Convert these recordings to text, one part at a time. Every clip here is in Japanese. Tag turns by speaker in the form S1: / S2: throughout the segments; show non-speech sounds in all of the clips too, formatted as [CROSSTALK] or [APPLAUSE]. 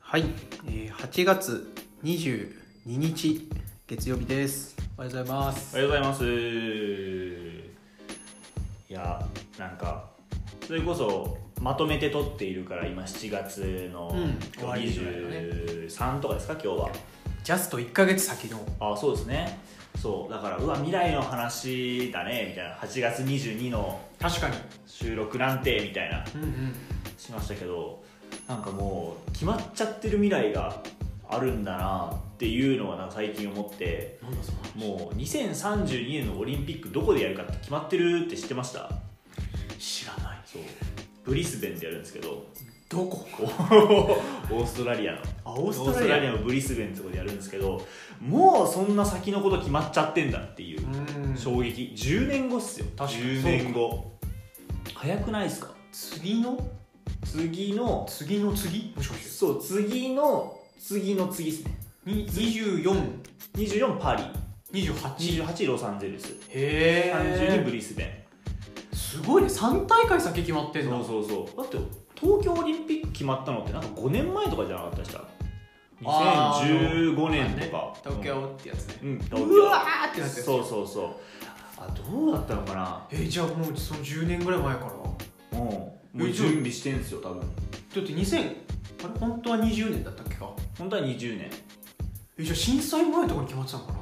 S1: はい、えー、8月22日月曜日です。おはようございま
S2: お
S1: す。
S2: はようございますいやなんかそれこそまとめて撮っているから今7月の
S1: うん終わ
S2: 今
S1: り
S2: 日
S1: ぐらいだね
S2: 23とかですか今日は
S1: ジャスト1ヶ月先の
S2: あそうですねそうだからうわ未来の話だねみたいな8月22の
S1: 確かに。
S2: 収録なんてみたいな
S1: うんうん。
S2: しましたけどなんかもう決まっちゃってる未来があるんだなっていうのはなんか最近思って
S1: なんだその
S2: もう2032年のオリンピックどこでやるかって決まってるって知ってました
S1: 知らない。
S2: そうブリスベンでやるんですけど
S1: どこ？
S2: おオーストラリアの
S1: あ
S2: オ
S1: オ
S2: ーストラリアのブリスベンってとこでやるんですけどもうそんな先のこと決まっちゃってんだっていう
S1: うん。
S2: 衝撃10年後っすよ
S1: 確かに
S2: 10年後早くないですか
S1: 次の
S2: 次の
S1: 次の次？もしかして
S2: そう次の次の次っすね
S1: に24、
S2: 24パリ
S1: 28。
S2: 28ロサンゼルス
S1: へ
S2: 32ブリスベン
S1: ー。すごいね。3大会先決まってんだ。
S2: そうそうそうだって東京オリンピック決まったのってなんか5年前とかじゃなかったでした
S1: あー
S2: 2015年とか、
S1: 東京ってやつね。
S2: うん、うん東京
S1: うわーってなってる。
S2: そうそうそうあどうだったのか
S1: えー、じゃあもうその10年ぐらい前から。
S2: なうんもう準備してんすよ多分
S1: だって2000あれ本当は20年だったっけか
S2: 本当は20年
S1: えじゃあ震災前とかに決まってたのかな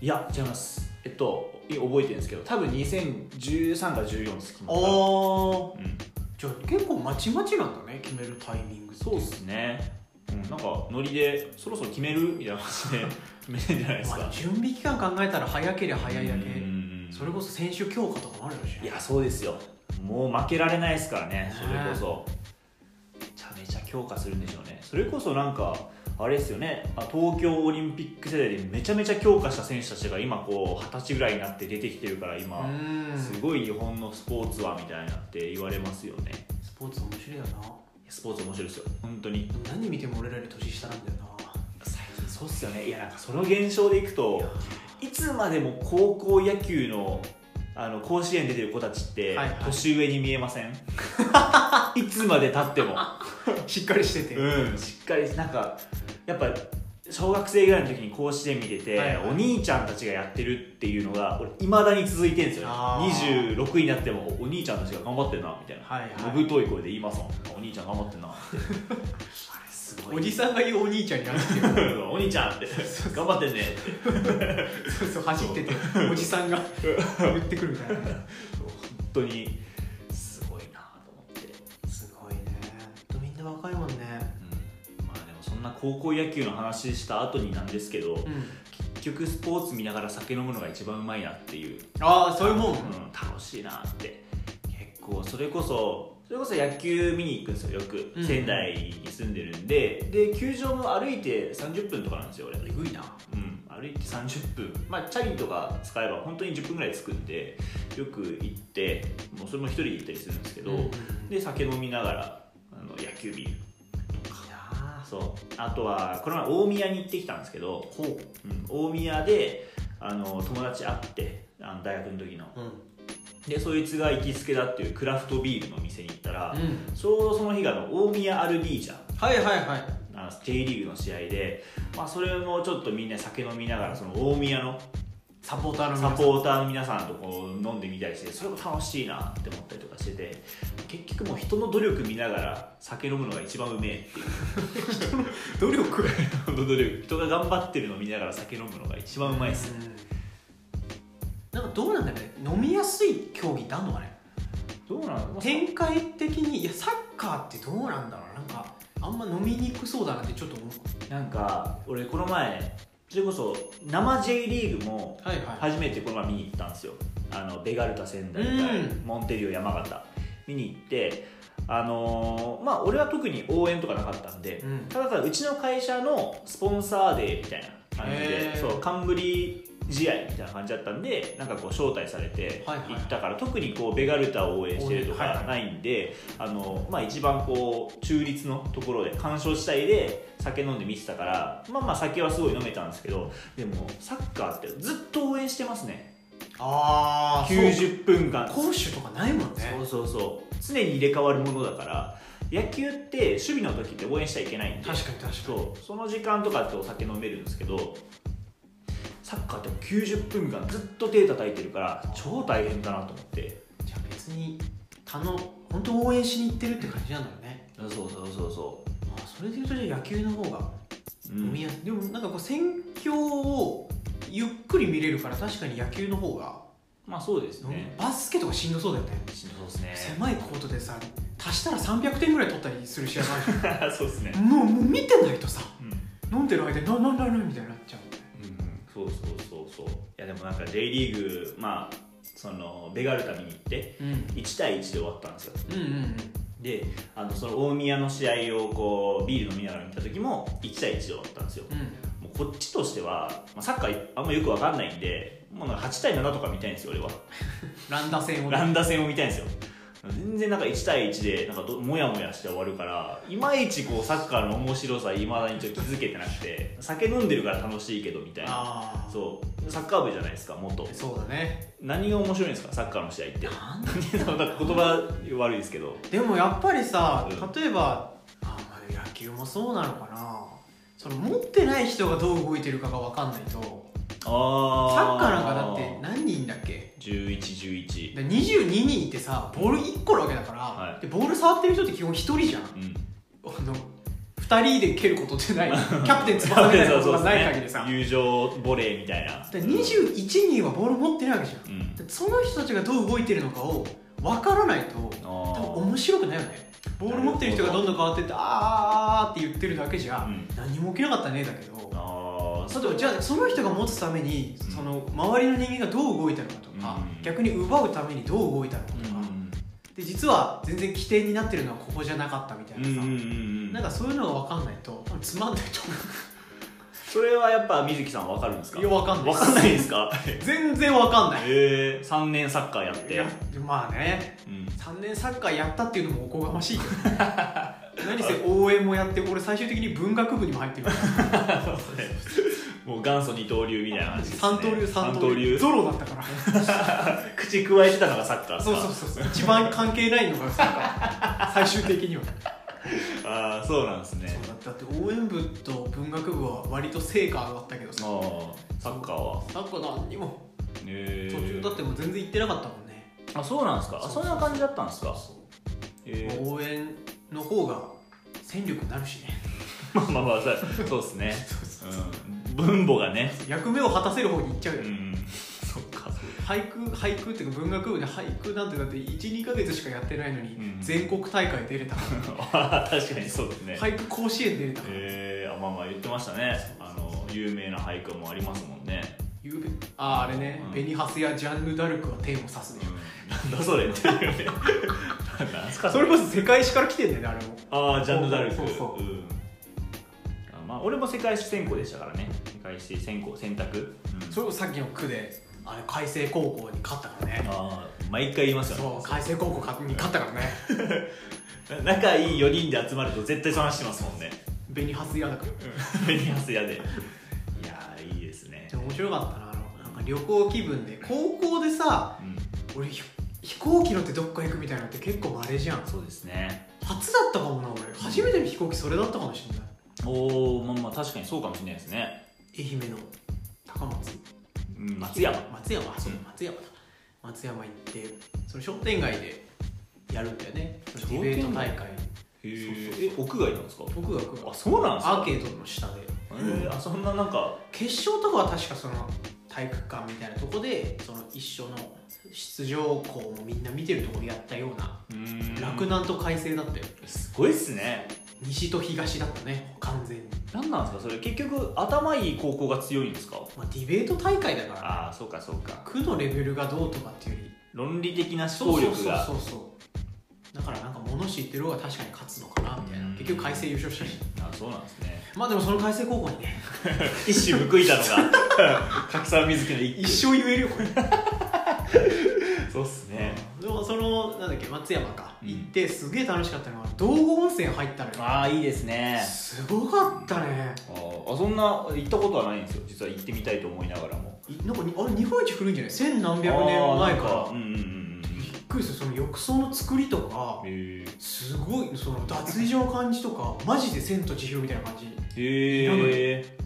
S1: い
S2: や違いますえっとい覚えてるんですけど多分2013か14です決まった
S1: あ
S2: うん、
S1: じゃあ結構まちまちなんだね決めるタイミングって
S2: そうっすね、うん、なんかノリでそろそろ決めるみたいな感じ [LAUGHS] で決めてんじゃないです
S1: まあ
S2: か
S1: 準備期間考えたら早ければ早いだけ
S2: うん
S1: それこそ選手強化とかもあるだろうしね
S2: いやそうですよもう負けられないですからねそれこそめちゃめちゃ強化するんでしょうねそれこそなんかあれですよねあ東京オリンピック世代でめちゃめちゃ強化した選手たちが今こう二十歳ぐらいになって出てきてるから
S1: う
S2: 今
S1: ーん
S2: すごい日本のスポーツはみたいなって言われますよね
S1: スポーツ面白いよな
S2: スポーツ面白いですよ本当に
S1: でも何見ても俺らより年下なんだよな
S2: 最近そうっすよねいやなんかその現象でいくといつまでも高校野球のあの甲子園出てる子たちって
S1: はいはい
S2: 年上に見えま
S1: [LAUGHS]
S2: せん、い、つまでたっても [LAUGHS]
S1: しっかりしてて
S2: うんしっかりなんかやっぱ小学生ぐらいの時に甲子園見てて、
S1: はいはい
S2: お兄ちゃんたちがやってるっていうのが俺いまだに続いてるんですよ
S1: あー
S2: 26になってもお兄ちゃんたちが頑張ってるなみたいな、
S1: はいはい
S2: のぶとい声で言いますもんお兄ちゃん頑張って
S1: [LAUGHS]
S2: んなあれすごい
S1: おじさんが言うお兄ちゃんになってる
S2: [LAUGHS] お兄ちゃんって頑張ってんねって
S1: そうそう走ってておじ
S2: [LAUGHS]
S1: さんが言ってくるみたいな
S2: 本当にすごいなと思って、
S1: すごいねほんとみんな若いもんね
S2: まあでもそんな高校野球の話した後になんですけど、
S1: うん
S2: 結局スポーツ見ながら酒飲むのが一番うまいなっていう、
S1: ああそういうもん、
S2: うん、楽しいなって結構それこそそれこそ野球見に行くんですよよく、
S1: うん
S2: 仙台に住んでるんでで球場も歩いて30分とかなんですよ俺
S1: えぐいな
S2: うん、歩いて30分、まあ、チャリとか使えば本当に10分ぐらい着くんでよく行ってもうそれも一人で行ったりするんですけど、
S1: うんい
S2: で酒飲みながらあの野球見る
S1: や
S2: そうあとはこの前大宮に行ってきたんですけど、
S1: ほう
S2: うん、大宮であの友達会ってあの大学の時の
S1: うん
S2: でそいつが行きつけだっていうクラフトビールの店に行ったら、
S1: うん
S2: ちょうどその日があの大宮アルディージャ
S1: はいはいはい
S2: あの J リーグの試合で、まあ、それもちょっとみんな酒飲みながらその大宮の
S1: サポーターの
S2: サ
S1: 皆さん
S2: ポーターの皆さんとこう飲んでみたりしてそれも楽しいなって思ったりとかしてて結局もう人の努力見ながら酒飲むのが一番うめえって
S1: [LAUGHS]
S2: いう
S1: 努力
S2: 人の努力人が頑張ってるの見ながら酒飲むのが一番うまいっす
S1: うんなんかどうなんだろうね飲みやすい競技ってあんのかね
S2: どうなの
S1: 展開的にいやサッカーってどうなんだろうなんかあんま飲みにくそうだなってちょっと思う
S2: なんか俺この前それこそ生 J リーグも
S1: はいは
S2: 初めてこの前見に行ったんですよあのベガルタ仙台対
S1: うん
S2: モンテリオ山形見に行ってあのーまあ俺は特に応援とかなかったんで、
S1: うん
S2: ただただうちの会社のスポンサーデーみたいな感じ
S1: へー
S2: でそう冠試合みたいな感じだったんでなんかこう招待されて
S1: は
S2: 行
S1: いはい
S2: ったから、特にこうベガルタを応援してると
S1: はいは
S2: か
S1: い
S2: ないんで、あのまあ、一番こう中立のところで鑑賞したいで酒飲んで見てたからまあまあ酒はすごい飲めたんですけどでもサッカーってずっと応援してますね
S1: ああ
S2: 90分間
S1: 攻守とかないもんね
S2: そうそうそう常に入れ替わるものだから野球って守備の時って応援しちゃいけないんで
S1: 確かに確かに
S2: そうその時間とかってお酒飲めるんですけどサッカーってもう90分間ずっと手叩いてるから超大変だなと思って
S1: じゃあ別に他の本当応援しに行ってるって感じなんだよね
S2: そうそうそうそ
S1: あそれでいうとじゃあ野球の方が
S2: う、
S1: 飲みやすい、でもなんかこう戦況をゆっくり見れるから確かに野球の方が、
S2: まあそうですね
S1: バスケとかしんどそうだよね
S2: しんどそうですね
S1: 狭いコートでさ足したら300点ぐらい取ったりする試合もある
S2: [LAUGHS] そうですね
S1: じゃん [LAUGHS] もうもう見てないとさ
S2: うん、
S1: 飲んでる間にななななみたいになっちゃう
S2: そうそうそうそういやでもなんか J リーグまあそのベガルタ見に行って
S1: うん
S2: 1対1で終わったんですよ
S1: うんうん
S2: であのその大宮の試合をこうビール飲みながら見た時も1対1で終わったんですよ
S1: うん
S2: もうこっちとしては、まあ、サッカーあんまよくわかんないんでもうなんか8対7とか見たいんですよ俺は
S1: ランダ戦をね
S2: ランダ戦を見たいんですよ全然なんか1対1でなんかどもやもやして終わるからいまいちこうサッカーの面白さいまだにちょっと気づけてなくて酒飲んでるから楽しいけどみたいな
S1: ああそ
S2: そうサッカー部じゃないですか元
S1: うだね
S2: 何が面白いんですかサッカーの試合って [LAUGHS]
S1: なん
S2: なんか言葉悪いですけど
S1: でもやっぱりさ
S2: うん
S1: 例えば、あまあ野球もそうなのかなその持ってない人がどう動いてるかが分かんないと
S2: サッカ
S1: サッカー
S2: ー
S1: なんかだって何人だっけ
S2: 1111
S1: で22人いてさボール1個なわけだから、
S2: はい
S1: でボール触ってる人って基本1人じゃんあ
S2: うん
S1: の2人で蹴ること
S2: [LAUGHS]
S1: ってないキャプテン翼みたいなことがない限りさ
S2: 友情ボレーみたいな
S1: で21人はボール持ってないわけじゃん
S2: うん
S1: でその人たちがどう動いてるのかを分からないと
S2: あ
S1: 多分
S2: ー
S1: 面白くないよねボール持ってる人がどんどん変わってってあーあーあーって言ってるだけじゃ、
S2: うん
S1: 何も起きなかったねだけど
S2: あー
S1: あとじゃあその人が持つために
S2: うん
S1: その周りの人間がどう動いたのかとか、
S2: うん
S1: 逆に奪うためにどう動いたのかとか、で実は全然起点になってるのはここじゃなかったみたい
S2: うんうん
S1: な
S2: う
S1: さ、
S2: んうん
S1: なんかそういうのが分かんないと多分つまんないと思
S2: それはやっぱ水木さんわかるんですか
S1: ういや分かんない
S2: わかんないですか
S1: 全然分かんない
S2: へえ3年サッカーやっ
S1: い
S2: て
S1: やまあね
S2: うん
S1: 3年サッカーやったっていうのもおこがましい [LAUGHS] けど何せ応援もやって俺最終的に文学部にも入ってるから
S2: もう元祖二刀流みたいな話ですね
S1: 三刀流三刀流
S2: 三
S1: ゾロだったから
S2: 口加えてたのがサッカーです
S1: そう
S2: か
S1: そうそうそう一番関係ないのがサッカー最終的には
S2: ああそうなんですね
S1: そうだだって応援部と文学部は割と成果上がったけど
S2: あ
S1: さ
S2: ーサッカーは
S1: なんか何にも
S2: へ
S1: 途
S2: え
S1: 中だってもう全然行ってなかったもんね
S2: あそうなんですかあそんな感じだったんですかへえ
S1: 応援の方が戦力になるしね
S2: まあまあまあそうそうですね
S1: そうそう
S2: うん分母がね
S1: 役目を果たせる方に行っちゃう
S2: う
S1: よ、
S2: んそっか
S1: 俳句俳句っていうか文学部で俳句なんてだって12か月しかやってないのに
S2: うん
S1: 全国大会出れたか
S2: あー [LAUGHS] 確かにそうですね
S1: ら、俳句甲子園出れたから、
S2: えー、あまあまあ言ってましたねあの有名な俳句もありますもんね、
S1: ゆうべあああれね、
S2: うん
S1: 紅ハスやジャンヌ・ダルクは天を指すでしょ、
S2: うん、なんだそれっていうねなんすか
S1: それこそ世界史から来てんだよねあれも
S2: ああジャンヌ・ダルク
S1: そうそうそうん
S2: あまあ、俺も世界史専攻でしたからね世界史専攻選択、うん
S1: それこそさっきの区であれ開成高校に勝ったからね
S2: あー毎回言いますよね
S1: そう開成高校かに勝ったからね
S2: 仲いい4人で集まると絶対その話してますもんね
S1: 紅ハスやだから
S2: ベニアス屋でいやーいいですね
S1: でも面白かったなあのなんか旅行気分で高校でさ
S2: うん
S1: 俺ひ飛行機乗ってどっか行くみたいなのって結構まれじゃん
S2: そうですね
S1: 初だったかもな俺初めての飛行機それだったかもしれない
S2: おおまあまあ確かにそうかもしれないですね、
S1: 愛媛の高松
S2: うん、松山
S1: 松山あそう
S2: うん
S1: 松山だ松山行ってその商店街でやるんだよねそのディベート大会
S2: へ
S1: そう
S2: え屋外なんですか
S1: 僕が僕が
S2: あそうなんですか
S1: アーケードの下で
S2: へーあそんななんか
S1: 決勝とかは確かその体育館みたいなとこでその一緒の出場校もみんな見てるところでやったような洛南と開成だったよ
S2: すごいっすね
S1: 西と東だったね完全に、
S2: 何なんですかそれ結局頭いい高校が強いんですか
S1: まあ、ディベート大会だから
S2: ああそうかそうか
S1: 区のレベルがどうとかっていうより
S2: 論理的な思考力が
S1: そうそうそうそうだからなんか物知ってる方が確かに勝つのかなみたいな
S2: うん
S1: 結局開成優勝したし
S2: あそうなんですね
S1: まあでもその開成高校にね
S2: 一矢報いたのが [LAUGHS] 柿沢瑞希の一
S1: 一生言えるよこれ
S2: 生そうっすね
S1: でもそのなんだっけ松山か、
S2: うん
S1: 行ってすげえ楽しかったのが道後温泉入ったのよ
S2: ああいいですね
S1: すごかったね
S2: あーあそんな行ったことはないんですよ実は行ってみたいと思いながらも
S1: いなんかにあれ日本一古いんじゃない千何百年前から
S2: あーなんうんうんうんうん
S1: びっくりするその浴槽の作りとから
S2: へ
S1: すごいその脱衣所の感じとかマジで「千と千尋」みたいな感じ
S2: えへえ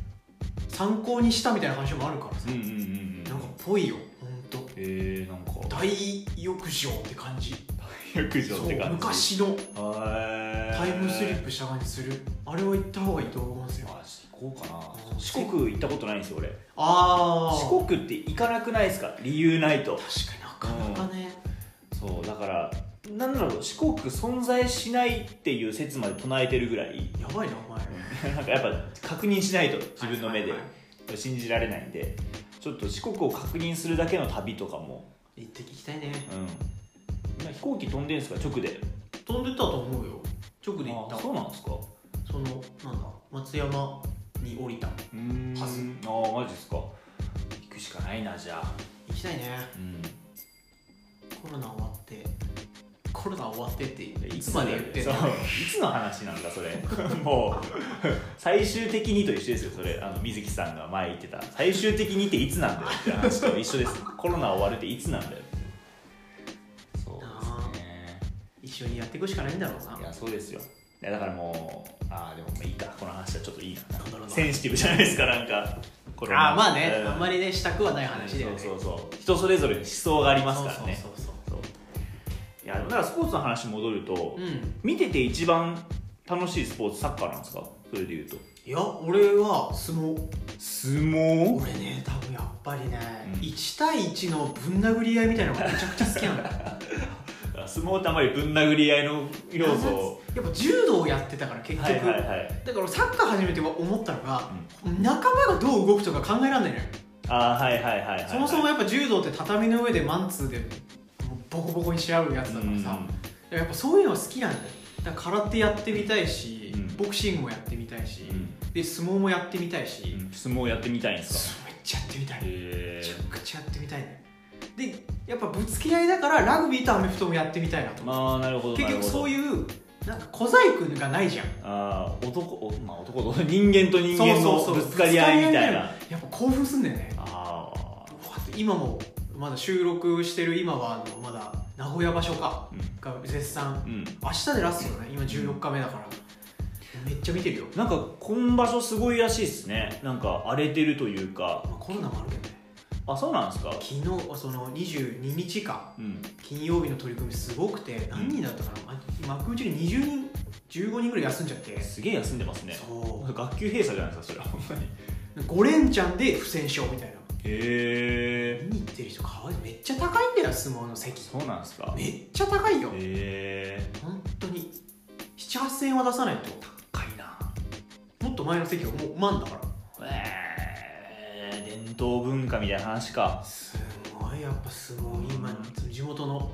S1: 参考にしたみたいな話もあるからさ、
S2: うんうんうんうん
S1: なんかぽいよほんと
S2: へえなんか
S1: 大浴場って感じ
S2: 浴場って
S1: そう
S2: 感じ
S1: 昔の
S2: へー
S1: タイムスリップした感じするあれは行った方がいいと思いますよ
S2: あ行こうか
S1: うん
S2: な四国行ったことないんですよ俺
S1: ああ
S2: 四国って行かなくないですか理由ないと
S1: 確かになかなかね、
S2: そうだからなんだろう四国存在しないっていう説まで唱えてるぐらい [LAUGHS]
S1: やばいなお前
S2: なんかやっぱ確認しないと自分の目で
S1: はいはいは
S2: 信じられないんでちょっと四国を確認するだけの旅とかも、
S1: い行って聞きたいね
S2: うん、今飛行機飛んでるんですか直で
S1: 飛んでたと思うよ直で行った
S2: あそうなんですか
S1: そのなんだ松山に降りた
S2: うん
S1: はず
S2: ああマジですか行くしかないなじゃあ
S1: 行きたいね
S2: うん
S1: コロナ終わってコロナ終わってってい
S2: い
S1: つまで言ってん
S2: そう
S1: の
S2: いつの話なんだそれ [LAUGHS] もう最終的にと一緒ですよそれあの水木さんが前言ってた最終的にっていつなんだよって話と一
S1: [LAUGHS]
S2: 緒ですコロナ終わるっていつなんだよそうですね
S1: 一緒にやっていくしかないんだろうない
S2: やそうですよいやだからもうああでもまあいいかこの話はちょっといいな
S1: なんだろうな
S2: センシティブじゃないですかなんかこれ
S1: あーまあね、あんま
S2: り
S1: りねしたくはない話だよね
S2: そうそうそう人それぞれ思想がありますからね
S1: そうそう
S2: そういやでもだからスポーツの話戻ると、
S1: そううん
S2: 見てて一番楽しいスポーツサッカーなんですかそれで言うと
S1: いや俺は相撲
S2: 相撲
S1: 俺ね多分やっぱりね、
S2: うん
S1: 1対1のぶん殴り合いみたいなのがめちゃくちゃ好きなんだよ
S2: 相撲ってあんまりぶん殴 [LAUGHS] り合いの要素を
S1: やっぱ柔道をやってたから結局、
S2: はいはいはい
S1: だからサッカー始めて思ったのが、仲間がどう動くとか考えられないのよ、
S2: あーはいはいはいはい
S1: そもそもやっぱ柔道って畳の上でマンツーでもうボコボコにし合うやつだからさ、やっぱそういうのが好きなんだよだから空手やってみたいし、
S2: うん
S1: ボクシングもやってみたいし、
S2: うんうん
S1: で相撲もやってみたいし、
S2: うん相撲やってみたいんですか
S1: そうめっちゃやってみたい、
S2: へ
S1: めちゃ
S2: え
S1: くちゃやってみたいねでやっぱぶつけ合いだからラグビーとアメフトもやってみたいなと思う、
S2: まあなるほど
S1: 結局そう
S2: う
S1: いうなんか小細工がないじゃん
S2: あー男おまあ男と人間と人間
S1: そうそ
S2: の
S1: うそう
S2: ぶつかり合いみたいな
S1: やっぱ興奮すんだよね
S2: ああ
S1: うわ今もまだ収録してる今はあのまだ名古屋場所かが絶賛
S2: うんうん
S1: 明日でラストだね今14日目だからめっちゃ見てるよ、
S2: なんか今場所すごいらしいですねなんか荒れてるというか
S1: まあ、コロナもあるけどね
S2: あそうなんですか
S1: 昨日その22日か
S2: うん
S1: 金曜日の取り組みすごくて何人だったかな、あ幕内で20人15人ぐらい休んじゃって、
S2: すげえ休んでますね
S1: そう
S2: 学級閉鎖じゃないですかそれはほんまにへ
S1: 5連チャンで不戦勝みたいな
S2: え
S1: 見に行ってる人かわいいめっちゃ高いんだよ相撲の席
S2: そうなんですかへ
S1: めっちゃ高いよ
S2: え
S1: 本当に78000円は出さないと
S2: 高いな
S1: もっと前の席はもう万だから
S2: えー伝統文化みたいな話か
S1: すごいやっぱすごい今その地元の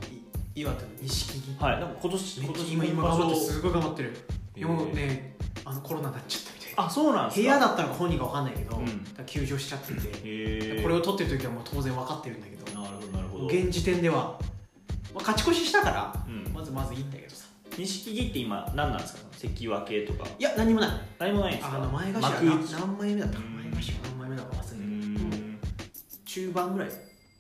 S1: い岩手の錦木
S2: はいなんか今年
S1: め
S2: 今
S1: っちゃ
S2: 年
S1: 今今
S2: 場
S1: 頑張
S2: 所
S1: ってすごい頑張ってる
S2: へ
S1: で
S2: ー
S1: もねあのコロナになっちゃったみたいな
S2: あそうなんです
S1: 部
S2: か
S1: 屋だったのか本人か分かんないけど、
S2: うん
S1: だから休場しちゃってて、
S2: へえ
S1: これを取ってる時はもう当然分かってるんだけど
S2: なるほどなるほど
S1: 現時点では、まあ、勝ち越ししたから
S2: うん
S1: まずまずいいんだけどさ
S2: 錦木って今何なんですか関脇とか
S1: いや何もない
S2: 何もないんです
S1: あ
S2: か
S1: の前頭な
S2: 幕内
S1: 何枚目だったか
S2: うん
S1: 前頭何枚目だか忘れたけ
S2: うー
S1: ど、うん
S2: ん
S1: 中盤ぐらい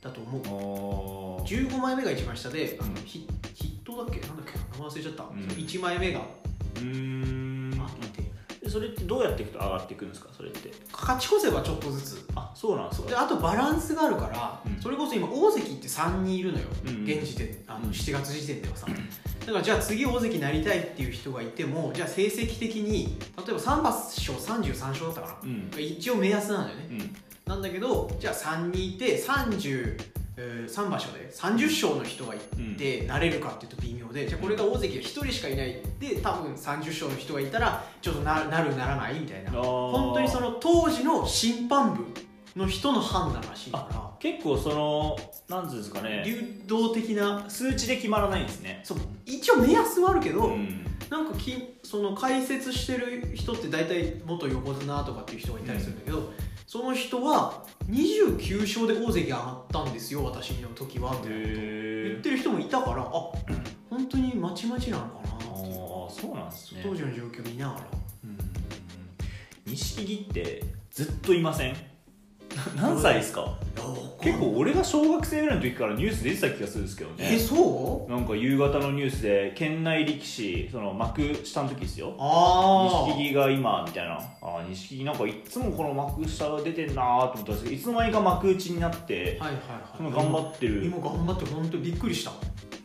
S1: だと思う
S2: おー
S1: 15枚目が一番下で、あの
S2: うん
S1: ヒヒットだっけなんだっけ名前忘れちゃった、
S2: ん
S1: その1枚目が
S2: うーん
S1: あって
S2: それってどうやっていくと上がっていくんですかそれって
S1: 勝ち越せばちょっとずつ
S2: あそうなんですか
S1: であとバランスがあるから、
S2: うん
S1: それこそ今大関って3人いるのよ、
S2: うん
S1: 現時点あ
S2: う
S1: の
S2: ん
S1: 7月時点ではさ、だからじゃあ次大関になりたいっていう人がいてもじゃあ成績的に例えば3勝33勝だったかな、
S2: うん
S1: 一応目安なんだよね
S2: う、ん
S1: なんだけどじゃあ3人いて30えー3場所で30勝の人がいてなれるかっていうと微妙で、じゃあこれが大関が1人しかいないで多分30勝の人がいたらちょっとななるならないみたいな
S2: あー
S1: 本当にその当時の審判部の人の判断らしいか
S2: 結構そのなんつうんですからね
S1: 流動的な
S2: 数値で決まらないんですね
S1: そう一応目安はあるけど、
S2: ん
S1: なんかきその解説してる人って大体元横綱とかっていう人がいたりするんだけど、その人は29勝で大関上がったんですよ私の時はって言っ
S2: へえ
S1: てる人もいたからあ本当にまちまちなのかなっ
S2: ああ
S1: ていう
S2: そうなんですね
S1: 当時の状況見ながら
S2: うん錦木ってずっといませんな何歳ですか結構俺が小学生ぐらいの時からニュース出てた気がするんですけど
S1: え
S2: ね
S1: そう
S2: なんか夕方のニュースで県内力士その幕下の時ですよ
S1: ああ
S2: 錦木が今みたいなあー錦木なんかいっつもこの幕下が出てんなーと思ったんですけどいつの間にか幕内になって
S1: はいはい
S2: その
S1: はい
S2: 頑張ってる
S1: 今頑張って本当にびっくりした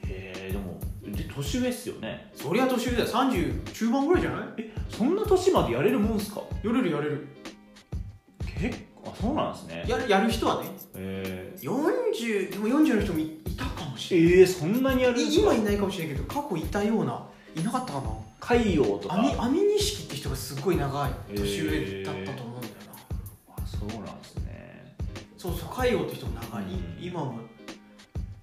S2: へえでもで年上っすよね
S1: そりゃ年上だよ30中盤ぐらいじゃない
S2: えそんな年までやれるもんすか
S1: やれるやれる
S2: 結構あそうなんですね
S1: やるやる人はね
S2: えー
S1: 40でも40の人もいいたかもしれ
S2: えー、そんなにやるん
S1: ないい
S2: ですか
S1: 今いないかもしれないけど過去いたようないなかったかな
S2: 海洋とか
S1: 網網錦って人がすごい長い
S2: へー
S1: 年上だったと思うんだよな、
S2: あそうなんですね
S1: そうそう海王って人も長い、
S2: うん
S1: 今も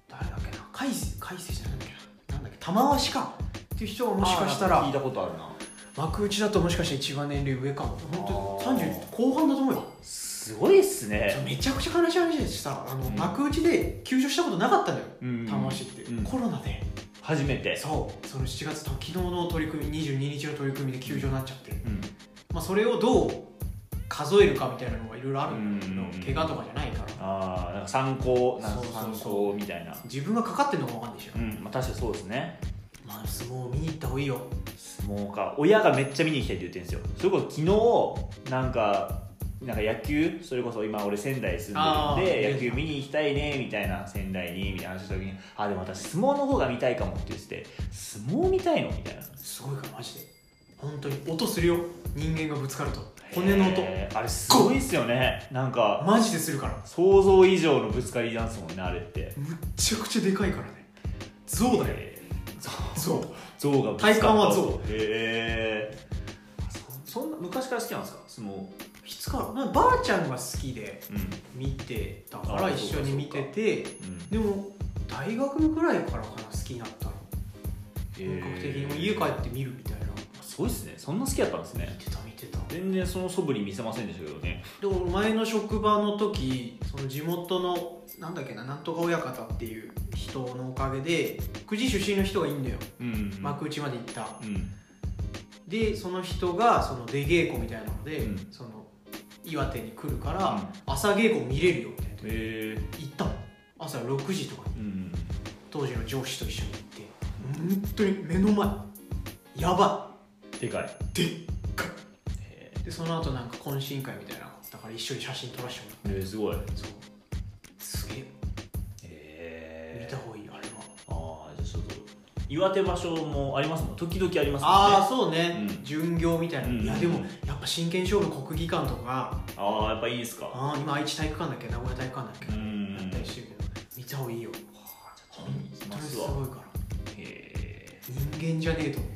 S1: 誰だっけな海星海星じゃないんだっけななんだっけ玉鷲かっていう人はもしかした
S2: あーなん聞い
S1: ら
S2: たことあるな
S1: 幕内だともしかしたら一番年齢上かも本当
S2: あー
S1: に30後半だと思うよ
S2: すごいっす
S1: そう
S2: ね
S1: めちゃくちゃ悲しい話でしたあの、
S2: うん
S1: 幕内で休場したことなかったのよ
S2: うん
S1: 玉鷲って、
S2: うん
S1: コロナで
S2: 初めて
S1: そうその7月多分昨日の取り組み22日の取り組みで休場になっちゃって、
S2: うん
S1: まあ、それをどう数えるかみたいなのがいろいろあるんだけど、
S2: うん
S1: 怪我とかじゃないから
S2: ああなんか参考なん
S1: そ
S2: か
S1: うそうそう
S2: 参考みたいな
S1: 自分がかかってるのかわかんないでしょ、
S2: うんまあ確かにそうですね
S1: まあ、相撲を見に行った方がいいよ
S2: 相撲か親がめっちゃ見に行きたいって言ってるんですよそれこそ昨日なんかなんか野球それこそ今俺仙台住んで
S1: あー
S2: るんで野球見に行きたいねみたいな仙台にみたいな話した時に「あでも私相撲の方が見たいかも」って言ってて「相撲見たいの?」みたいな
S1: すごいからマジで本当に音するよ人間がぶつかると骨の音
S2: へーあれすごいっすよねなんか
S1: マジでするから
S2: 想像以上のぶつかりなんですもんねあれって
S1: むっちゃくちゃでかいからね象だよ
S2: へーそう
S1: 象
S2: 象がぶつか
S1: 体感は象
S2: へえそそんな昔から好きなんですか相撲うん
S1: いつからまあばあちゃんが好きで見てたから
S2: あ
S1: 一緒に見てて
S2: うん
S1: でも大学ぐらいからかな好きになったの本格的にもう家帰って見るみたいな
S2: すごいですねそんな好きだったんですね
S1: 見てた見てた
S2: 全然その素振り見せませんでしたけどね
S1: で俺前の職場の時その地元のなんだっけななんとか親方っていう人のおかげで久慈出身の人がいいんだよ
S2: うん
S1: 幕内まで行った、
S2: うん
S1: でその人がその出稽古みたいなので、
S2: うん
S1: その岩手に来るから、朝稽古見れるよみたいな
S2: へえ
S1: 行ったの朝6時とかに
S2: うん
S1: 当時の上司と一緒に行って本当に目の前やば
S2: でかい
S1: いでっか
S2: へ
S1: いでその後なんか懇親会みたいなのがあったから一緒に写真撮らせてもらっ
S2: えすごいへ
S1: てそうすげえ見
S2: え
S1: た方がいいよあれは
S2: ああじゃあちょっと岩手場所もありますもん時々ありますもん
S1: ああ
S2: ね
S1: そうね、
S2: うん
S1: 巡業みたいな、
S2: うん
S1: いやでもやっぱ真剣勝負国技館とか
S2: ああやっぱいいですか
S1: あー今愛知体育館だっけ名古屋体育館だっけ、
S2: うん
S1: やったりしてるけど見た方がいいよ
S2: 本当
S1: 本当
S2: に
S1: に
S2: す
S1: す
S2: わ
S1: ごいから
S2: へ
S1: 人間じゃねえと思う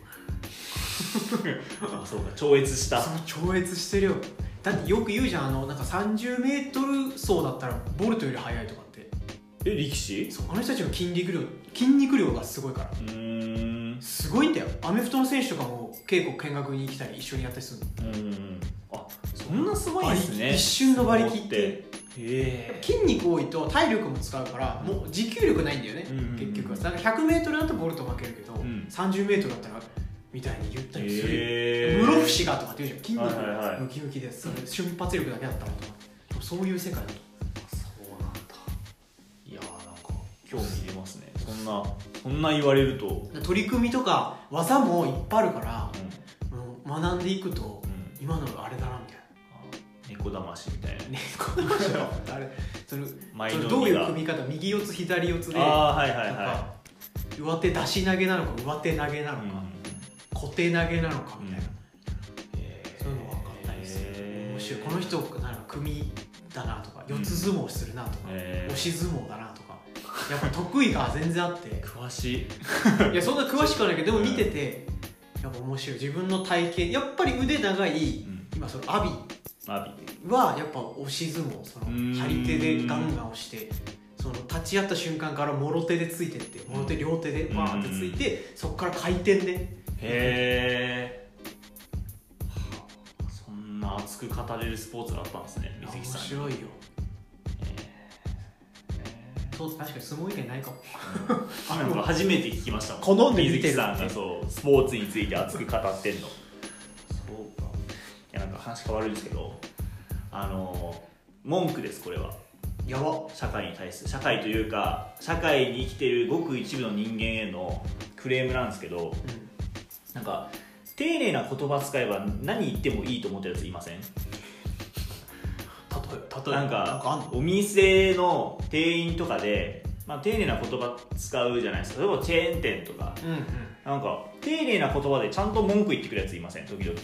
S2: ーあそうか超越した
S1: その超越してるよだってよく言うじゃんあのなんか 30m 走だったらボルトより速いとかって
S2: え力士
S1: そうあの人たちの筋肉量筋肉量がすごいから
S2: うーん
S1: すごいんだよアメフトの選手とかも稽古見学に来たり一緒にやったりするの
S2: うんあそんなすごいんです
S1: 馬
S2: ね
S1: 力一瞬の馬力って
S2: へえ
S1: 筋肉多いと体力も使うからもう持久力ないんだよね、
S2: うんうんうん
S1: 結局はなんか 100m だとボルト負けるけど、
S2: ん
S1: 30m だったらみたいに言ったりするよ
S2: へえ
S1: 室伏がとかって言うじゃん筋
S2: はいはいは
S1: 肉
S2: い
S1: ムキムキでそれ瞬発力だけだったのとかでもそういう世界だと
S2: そうなんだいやーなんか興味出ますねそんなそんな言われると、うん
S1: 取り組みとか技もいっぱいあるからもう学んでいくと
S2: うん、
S1: 今のがあれだなみたい
S2: あ猫だましみたいな
S1: なねこの話はあれその
S2: 前
S1: そ
S2: の
S1: のどう
S2: み
S1: いう
S2: が
S1: 組み方右四つ左四つで
S2: ああはいはい
S1: なん
S2: は、
S1: か上手出し投げなのか上手投げないの
S2: うん
S1: か小手投げなのかみたいな
S2: うへー
S1: そういうの分かったりする面白いこの人なんか組だなとか
S2: うん
S1: 四つ相撲するなとか
S2: へー
S1: 押し相撲だなとかやっぱ得意が全然あ
S2: [LAUGHS]
S1: って
S2: 詳しい
S1: いやそんな詳しくはないけどでも見ててやっぱ面白い自分の体験やっぱり腕長い
S2: うん
S1: 今その阿
S2: マビ
S1: 炎はやっぱ押し相撲その
S2: うーん
S1: 張り手でガンガン押してその立ち会った瞬間からもろ手でついてってもろ手両手でバーンってついてそこから回転で
S2: へえそんな熱く語れるスポーツがあったんですね水
S1: 面
S2: 木さんに
S1: 白いよ
S2: へ
S1: そう確かに相撲意見ないかも
S2: ーなんか初めて聞きましたもん
S1: 好んで見てる
S2: 水木さんがそうスポーツについて熱く語ってんのそうかいやなんか話変わるんですけどあのー文句ですこれは
S1: やば
S2: 社会に対する社会というか社会に生きてるごく一部の人間へのクレームなんですけど
S1: う
S2: なんか丁寧な言葉使えば何言ってもいいと思ったやついません
S1: ん例え例え
S2: なん
S1: なんかあん
S2: か
S1: の
S2: お店の店員とかで、まあ、丁寧な言葉使うじゃないですか例えばチェーン店とか
S1: うんうん
S2: なんか丁寧な言葉でちゃんと文句言ってくるやついません時々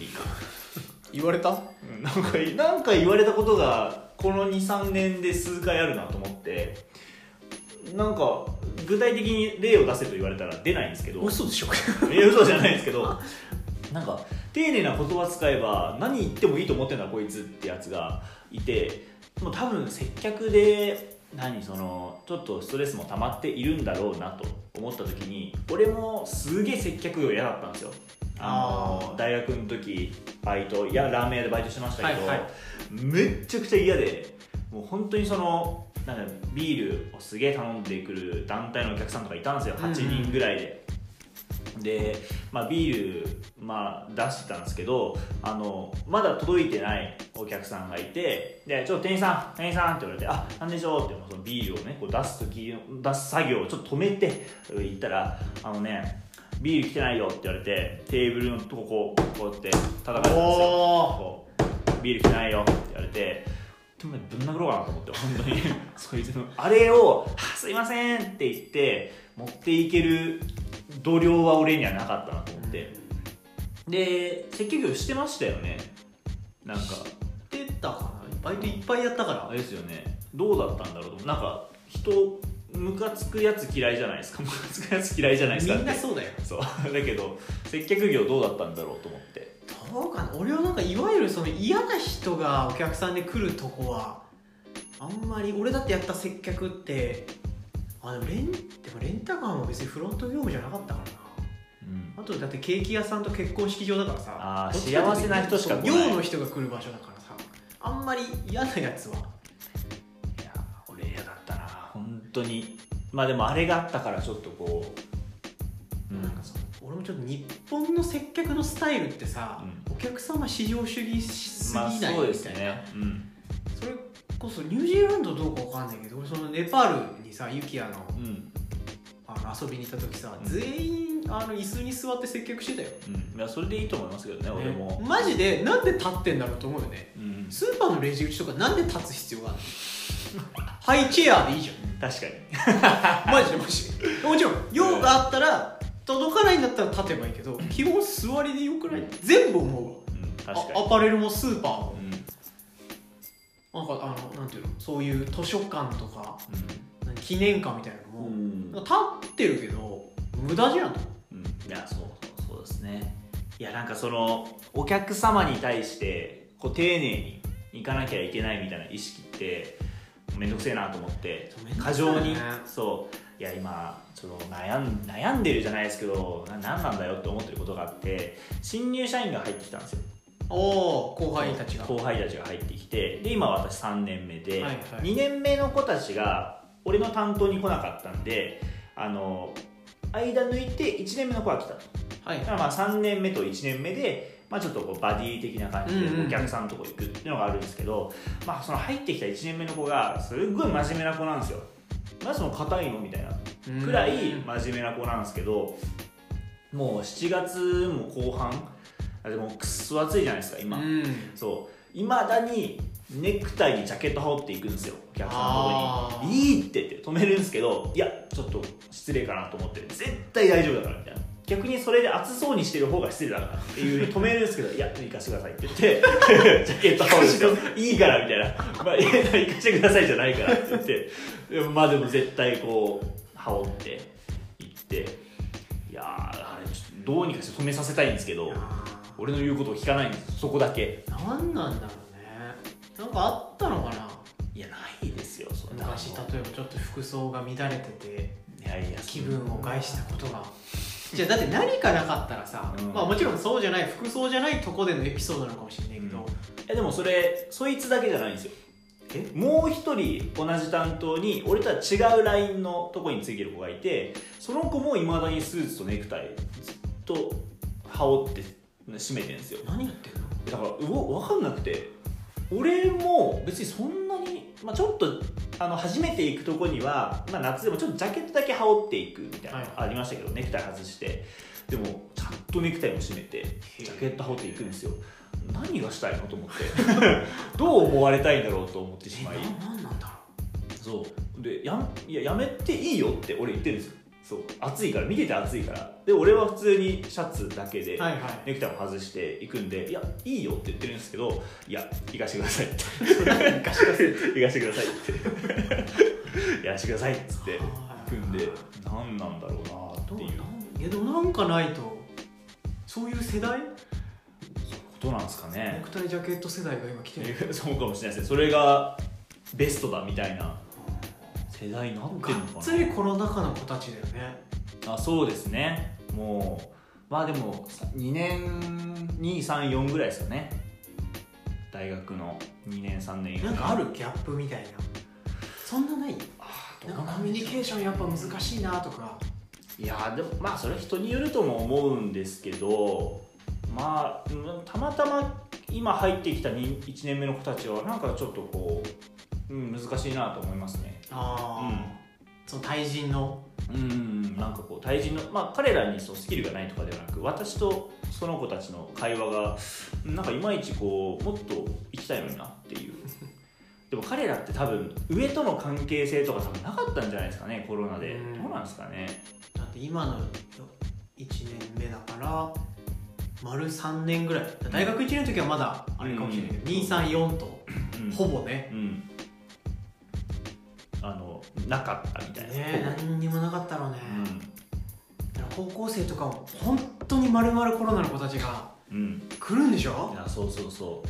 S1: 言われた
S2: うんなんかなんか言われたことがこの23年で数回あるなと思ってなんか具体的に例を出せと言われたら出ないんですけど
S1: 嘘でしょ
S2: いや嘘じゃないですけどなんか丁寧な言葉使えば何言ってもいいと思ってんだこいつってやつがいてもう多分接客で何そのちょっとストレスも溜まっているんだろうなと思った時に俺もすげえ接客業嫌だったんですよあの
S1: あー
S2: 大学の時バイトいやラーメン屋でバイトしてましたけど、
S1: はいはい
S2: めっちゃくちゃ嫌でもう本当にそのなんかビールをすげえ頼んでくる団体のお客さんとかいたんですよ
S1: うんうん
S2: 8人ぐらいで。で、まあ、ビール、まあ、出してたんですけどあのまだ届いてないお客さんがいて「でちょっと店員さん店員さん」って言われて「あなんでしょう」ってもうそのビールをねこう出す時出す作業をちょっと止めて行ったら「あのねビール来てないよ」って言われてテーブルのとここうこうやって叩かれたんですよ
S1: お
S2: こうビール来てないよって言われてでもねぶん殴ろうかなと思って本当
S1: [LAUGHS]
S2: にそいつのあれを「あすいません」って言って持っていける度量は俺にはなかったなと思って、で接客業してましたよねなんか
S1: 言ってたかなバイトいっぱいやったか
S2: あ
S1: ら
S2: れですよねどうだったんだろうとなんか人ムカつくやつ嫌いじゃないですかムカつくやつ嫌いじゃないで
S1: み
S2: すかって
S1: んなそうだよ
S2: そうだけど接客業どうだったんだろうと思って
S1: どうかな俺はなんかいわゆるその嫌な人がお客さんで来るとこはあんまり俺だってやった接客ってあでもレンでもレンタカーも別にフロント業務じゃなかったからな
S2: うん
S1: あとだってケーキ屋さんと結婚式場だからさ
S2: あー
S1: どっちかっていうと
S2: 幸せな人しか来ない
S1: そう業の人が来る場所だからさあんまり嫌なやつはい
S2: や俺嫌だったな本当にまあでもあれがあったからちょっとこう、うん、
S1: なんかその俺もちょっと日本の接客のスタイルってさ、
S2: う
S1: お客様至上主義しすぎ
S2: ま
S1: な
S2: あ
S1: いみたいな、
S2: そうですね、うん
S1: それこそニュージーランドどうかわかんないけど俺そのネパールにさユキヤの
S2: うん
S1: あの遊びに行った時さ、
S2: うん
S1: 全員あの椅子に座って接客してたよ、
S2: うん、いやそれでいいと思いますけどね俺も、
S1: マジでなんで立ってんだろうと思うよね
S2: うん、
S1: スーパーのレジ口とかなんで立つ必要があるのハイチェアでいいじゃん
S2: 確かに
S1: マジでマジでもちろん用があったら届かないんだったら立てばいいけど基本座りでよくない全部思うわ
S2: うん、確かに
S1: あアパレルもスーパーも
S2: うん
S1: なんかあのなんていうのそういう図書館とか記念館みたいなのも、
S2: うん
S1: なんか立ってるけど無駄じゃんと
S2: うんいやそうそうそうですねいやなんかそのお客様に対してこう丁寧に行かなきゃいけないみたいな意識って面倒くせえなと思って
S1: そう面倒
S2: 過
S1: くさいね
S2: 剰にそういや今その悩ん悩んでるじゃないですけどな何なんだよって思ってることがあって新入社員が入ってきたんですよ
S1: おお後輩たちが
S2: 後輩たちが入ってきてで今私3年目で、
S1: はいはい
S2: 2年目の子たちが俺の担当に来なかったんであの間抜いて1年目の子が来たと
S1: はい
S2: だからまあ3年目と1年目で、まあ、ちょっとこうバディ的な感じ
S1: うんうんう
S2: で
S1: ん
S2: お客さんのとこ行くっていうのがあるんですけど、まあ、その入ってきた1年目の子がすっごい真面目な子なんですよ。なぜその硬いのみたいなくらい
S1: うん
S2: 真面目な子なんですけどもう7月も後半あでもくっそ暑いじゃないですか今、
S1: うん
S2: そういまだにネクタイにジャケット羽織っていくんですよお客さんのとこ
S1: あー
S2: に「いいって」って止めるんですけどいやちょっと失礼かなと思って絶対大丈夫だからみたいな逆にそれで暑そうにしてる方が失礼だからっていうふうに止めるんですけど「いや行かしてください」って言 [LAUGHS] ってジャケット羽織るんですよいいから」みたいな「まあ、いや行かしてください」じゃないからって言ってでもまあでも絶対こう羽織って行っていやーあれちょっとどうにかして止めさせたいんですけど
S1: あ
S2: 俺の言うことを聞かないんですそこだけ
S1: ーなんなんだろうねなんかあったのかない
S2: やないですよそんなの
S1: 昔例えばちょっと服装が乱れてて
S2: いやいや
S1: 気分を害したことがじゃあだって何かなかったらさ、
S2: うん
S1: まあ、もちろんそうじゃない服装じゃないとこでのエピソードなのかもしれないけど、
S2: うんえでもそれそいつだけじゃないんですよ
S1: え
S2: もう一人同じ担当に俺とは違うラインのとこについてる子がいてその子もいまだにスーツとネクタイずっと羽織って締めてるんですよ
S1: 何言ってんの
S2: だからうわ分かんなくて俺も別にそんなにまあ、ちょっとあの初めて行くとこには、まあ、夏でもちょっとジャケットだけ羽織っていくみたいなのありましたけど、ネクタイ外してでもちゃんとネクタイも締めてジャケット羽織っていくんですよ何がしたいの
S1: [LAUGHS]
S2: と思ってどう思われたいんだろうと思ってしまい
S1: えななんなんだろ
S2: そうでやんいややめていいよって俺言ってるんですよそう暑いから見てて暑いからで俺は普通にシャツだけで、
S1: うはいはい
S2: ネクタイも外していくんで「いやいいよ」って言ってるんですけど「いや行かしてくださ
S1: [LAUGHS]
S2: い」って「 [LAUGHS] 行かしてください」って「やらしてください」っつって行くんで何なんだろうな
S1: ど
S2: っ
S1: う
S2: て
S1: ないん
S2: う
S1: いやでもなんかないとそういう世代
S2: ことなんですか
S1: ネ
S2: ね
S1: クタイジャケット世代が今来てる
S2: そうかもしれないですねそれがベストだみたいな世代になって
S1: がっ
S2: るのか
S1: つりコロナ禍の子たちだよね
S2: なあそうですねもうまあでも2年234ぐらいですよね大学の2年3年以外
S1: なんかあるギャップみたいなそんなない
S2: あー
S1: な
S2: どうんな
S1: か
S2: んでしょ
S1: コミュ
S2: う
S1: ニケーションやっぱ難しいなとか
S2: いやーでもまあそれは人によるとも思うんですけどまあうんたまたま今入ってきた1年目の子たちはなんかちょっとこう、うん、難しいなと思いますね
S1: ああ、その対人の
S2: うんなんかこう対人のまあ彼らにそうスキルがないとかではなく私とその子たちの会話がなんかいまいちこうもっと行きたいのになって
S1: [LAUGHS]
S2: いうでも彼らって多分上との関係性とか多分なかったんじゃないですかねコロナで
S1: うん
S2: どうなんですかね
S1: だって今の1年目だから丸3年ぐらい大学1年の時はまだあれかもしれないけど、
S2: うん
S1: 234と
S2: うん
S1: ほぼね、
S2: うん、あのなかったみたいな、
S1: ね
S2: ほぼ
S1: 何にもなかったろうね、
S2: う
S1: だから高校生とかも本当にまるまるコロナの子たちが
S2: ん、うん、
S1: 来るんでし
S2: い
S1: ょ
S2: やそうそうそ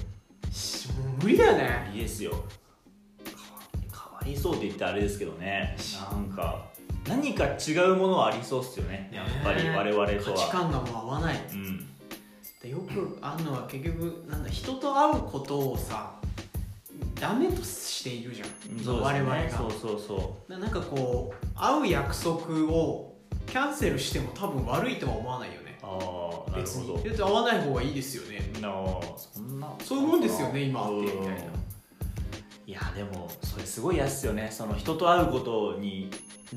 S1: しもう無理だよね
S2: ういいですよかわかわいそうって言ってあれですけどねなんか何か違うものはありそうっすよねやっぱり
S1: ね
S2: 我々と
S1: 価値
S2: は、
S1: 観がもう合わない
S2: うん、
S1: でよくあるのは結局なんだ人と会うことをさダメとしているじゃん、
S2: そうです
S1: 我
S2: ね
S1: 々が
S2: そうそうそ
S1: ななんかこう会う約束をキャンセルしても多分悪いとは思わないよね
S2: うああなる
S1: 別に
S2: ほ
S1: だって会わない方がいいですよね
S2: どなあそんな
S1: そういうもんですよね今ってみたいな
S2: ないやでもそれすごいやつですよねその人と会うことに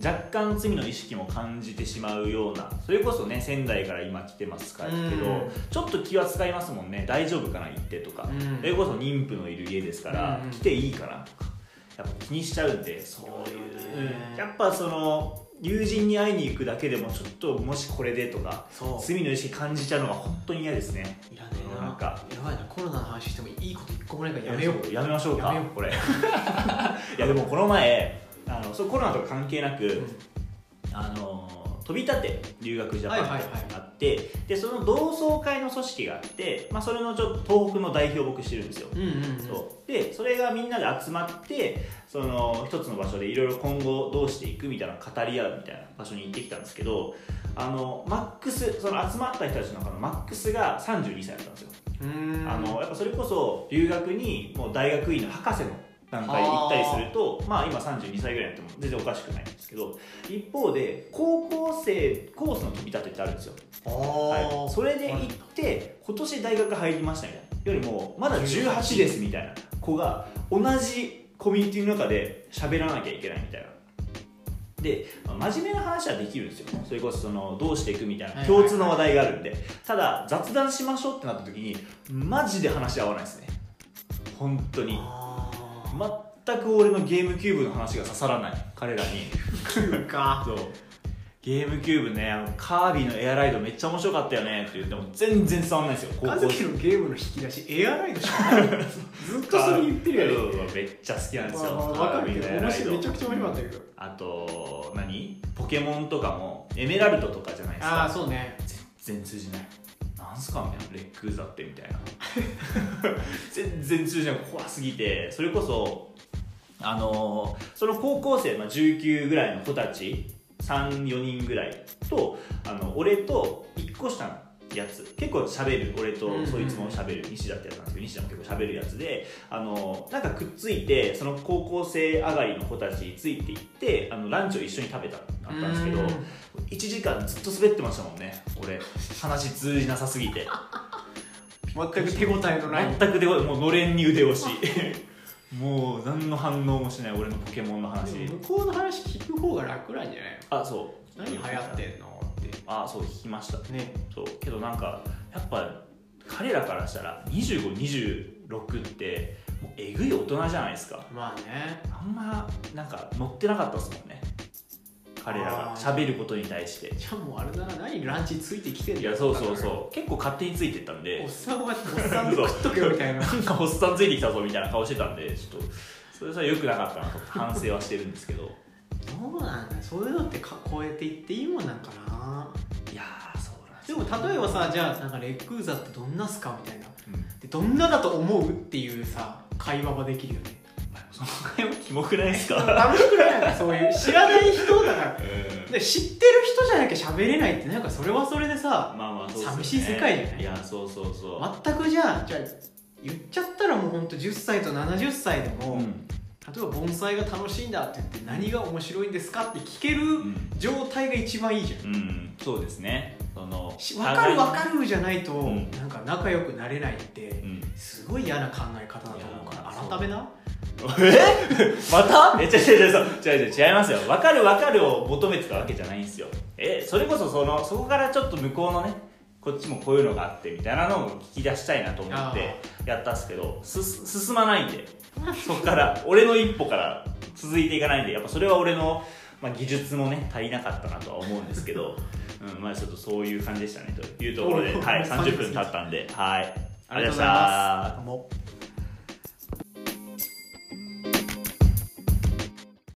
S2: 若干罪の意識も感じてしまうようなそれこそね仙台から今来てますからけ
S1: うん
S2: どちょっと気は使いますもんね大丈夫かな行ってとか、
S1: うん
S2: それこそ妊婦のいる家ですから、
S1: うん
S2: 来ていいかなとかやっぱ気にしちゃうんでそういう、うんやっぱその友人に会いに行くだけでもちょっともしこれでとか
S1: そ
S2: 罪の意識感じちゃうのが本当に嫌ですね
S1: ういらねえな
S2: なんか
S1: やばいなコロナの話してもいいこと一個もないからやめよう
S2: やめましょうか
S1: やめよう
S2: これ [LAUGHS] いやでもこの前あのそうコロナとか関係なく、あの飛び立て留学ジャパンって
S1: はいはいはい
S2: あって、でその同窓会の組織があって、まあ、それのちょっと東北の代表を僕してるんですよ、
S1: うんうんうん
S2: そうでそれがみんなで集まってその一つの場所でいろいろ今後どうしていくみたいなのを語り合うみたいな場所に行ってきたんですけどあのマックスその集まった人たちの中のマックスが32歳だったんですよ
S1: うーん
S2: あのやっぱそれこそ留学にもう大学院の博士の段階で行ったりするとまあ今32歳ぐらいになっても全然おかしくないんですけど一方で高校生コースの飛び立てってあるんですよ、
S1: あー、
S2: はい、それで行
S1: はい
S2: って今年大学入りましたみたいなよりもまだ18ですみたいな子が同じコミュニティの中で喋らなきゃいけないみたいな。でまあ真面目な話はできるんですよそれこそそのどうしていくみたい
S1: は
S2: ない
S1: はいはい
S2: 共通の話題があるんでただ雑談しましょうってなった時にマジで話合わないですね本当に
S1: あー
S2: 全く俺のゲームキューブの話が刺さらない彼らに
S1: そうか
S2: そうゲームキューブねあのカービィのエアライドめっちゃ面白かったよねって言っても全然伝わんないですよ
S1: 和樹のゲームの引き出しエアライドしかないずっとそれ言ってるよね
S2: よねめっちゃ好きなんですよ、
S1: まあまあわかるけど
S2: カービィのエア
S1: 面
S2: ライド
S1: 白いめちゃくちゃ面白かったけど、
S2: あと何ポケモンとかもエメラルドとかじゃないです
S1: ああ
S2: か
S1: そうね
S2: 全然通じないなんすかみたいなレックだってみたいな [LAUGHS] 全然通じない怖すぎてそれこそあのーその高校生、まあ、19ぐらいの子たち34人ぐらいとあの俺と1個下のやつ結構喋る俺と
S1: うんうん
S2: そいつも喋る西田ってやつなんですけど西田も結構喋るやつであのーなんかくっついてその高校生上がりの子たちについていってあのランチを一緒に食べたあったんですけど
S1: うーん
S2: 1時間ずっと滑ってましたもんね俺話通じなさすぎて
S1: 全く手応えのない
S2: 全くでもうのれんに腕押し [LAUGHS] もう何の反応もしない俺のポケモンの話
S1: でも向こうの話聞く方が楽なんじゃない
S2: あそう
S1: の何流行ってんのっ
S2: あそう聞きました
S1: てね
S2: そうけどなんかやっぱ彼らからしたら2526ってもうえぐい大人じゃないですか
S1: まあね
S2: あんまなんか乗ってなかったですもんね彼らが
S1: あー
S2: 喋ることに対して
S1: じゃあもうあれだな何ランチついてきてんだ
S2: い
S1: よ
S2: やそうそうそう結構勝手についてったんで
S1: おっさんはおっさんの食っとけよみ [LAUGHS] たいな
S2: なんかおっさんついてきたぞみたいな顔してたんでちょっとそれは良くなかったなと反省はしてるんですけど
S1: どうなんだそういうのってか超えていっていいもんなんかない
S2: やーそうなん
S1: ですも
S2: よ
S1: 例えばさじゃあなんかレッグーザってどんなっすかみたいな
S2: うん
S1: でどんなだと思うっていうさ会話ができるよね
S2: まあその辺はキモくないですか
S1: 楽しくないなんかそういう知らない人だから
S2: うん
S1: で知ってる人じゃなきゃ喋れないってなんかそれはそれでさ
S2: まあまあそうっすよね
S1: 寂しい世界じゃない
S2: いやそうそうそう、
S1: 全くじゃあじゃあ言っちゃったらもうほんと10歳と70歳でも、
S2: うん
S1: 例えば盆栽が楽しいんだって言って何が面白いんですかって聞ける
S2: うん
S1: 状態が一番いいじゃん
S2: うんそうですねその
S1: し分かる分
S2: る
S1: かるじゃないと、
S2: うん
S1: なんか仲良くなれないって
S2: うん
S1: すごい嫌な考え方だと思うか
S2: いや
S1: ら
S2: そう
S1: 改めな
S2: え [LAUGHS] またえ違う違う違う違う違う違いますよ分かる分かるを求めてたわけじゃないんですよえそれこそそのそこからちょっと向こうのねこっちもこういうのがあってみたいなのを聞き出したいなと思ってやったんですけどすす進まないんでそこから俺の一歩から続いていかないんでやっぱそれは俺の、まあ、技術もね足りなかったなとは思うんですけ [LAUGHS] ど、うん、まあちょっとそういう感じでしたねというところで、
S1: おう
S2: はい、
S1: 30
S2: 30分経ったんではいあ
S1: ありがと
S2: りがとうござい
S1: うござい
S2: ました
S1: ます。どうも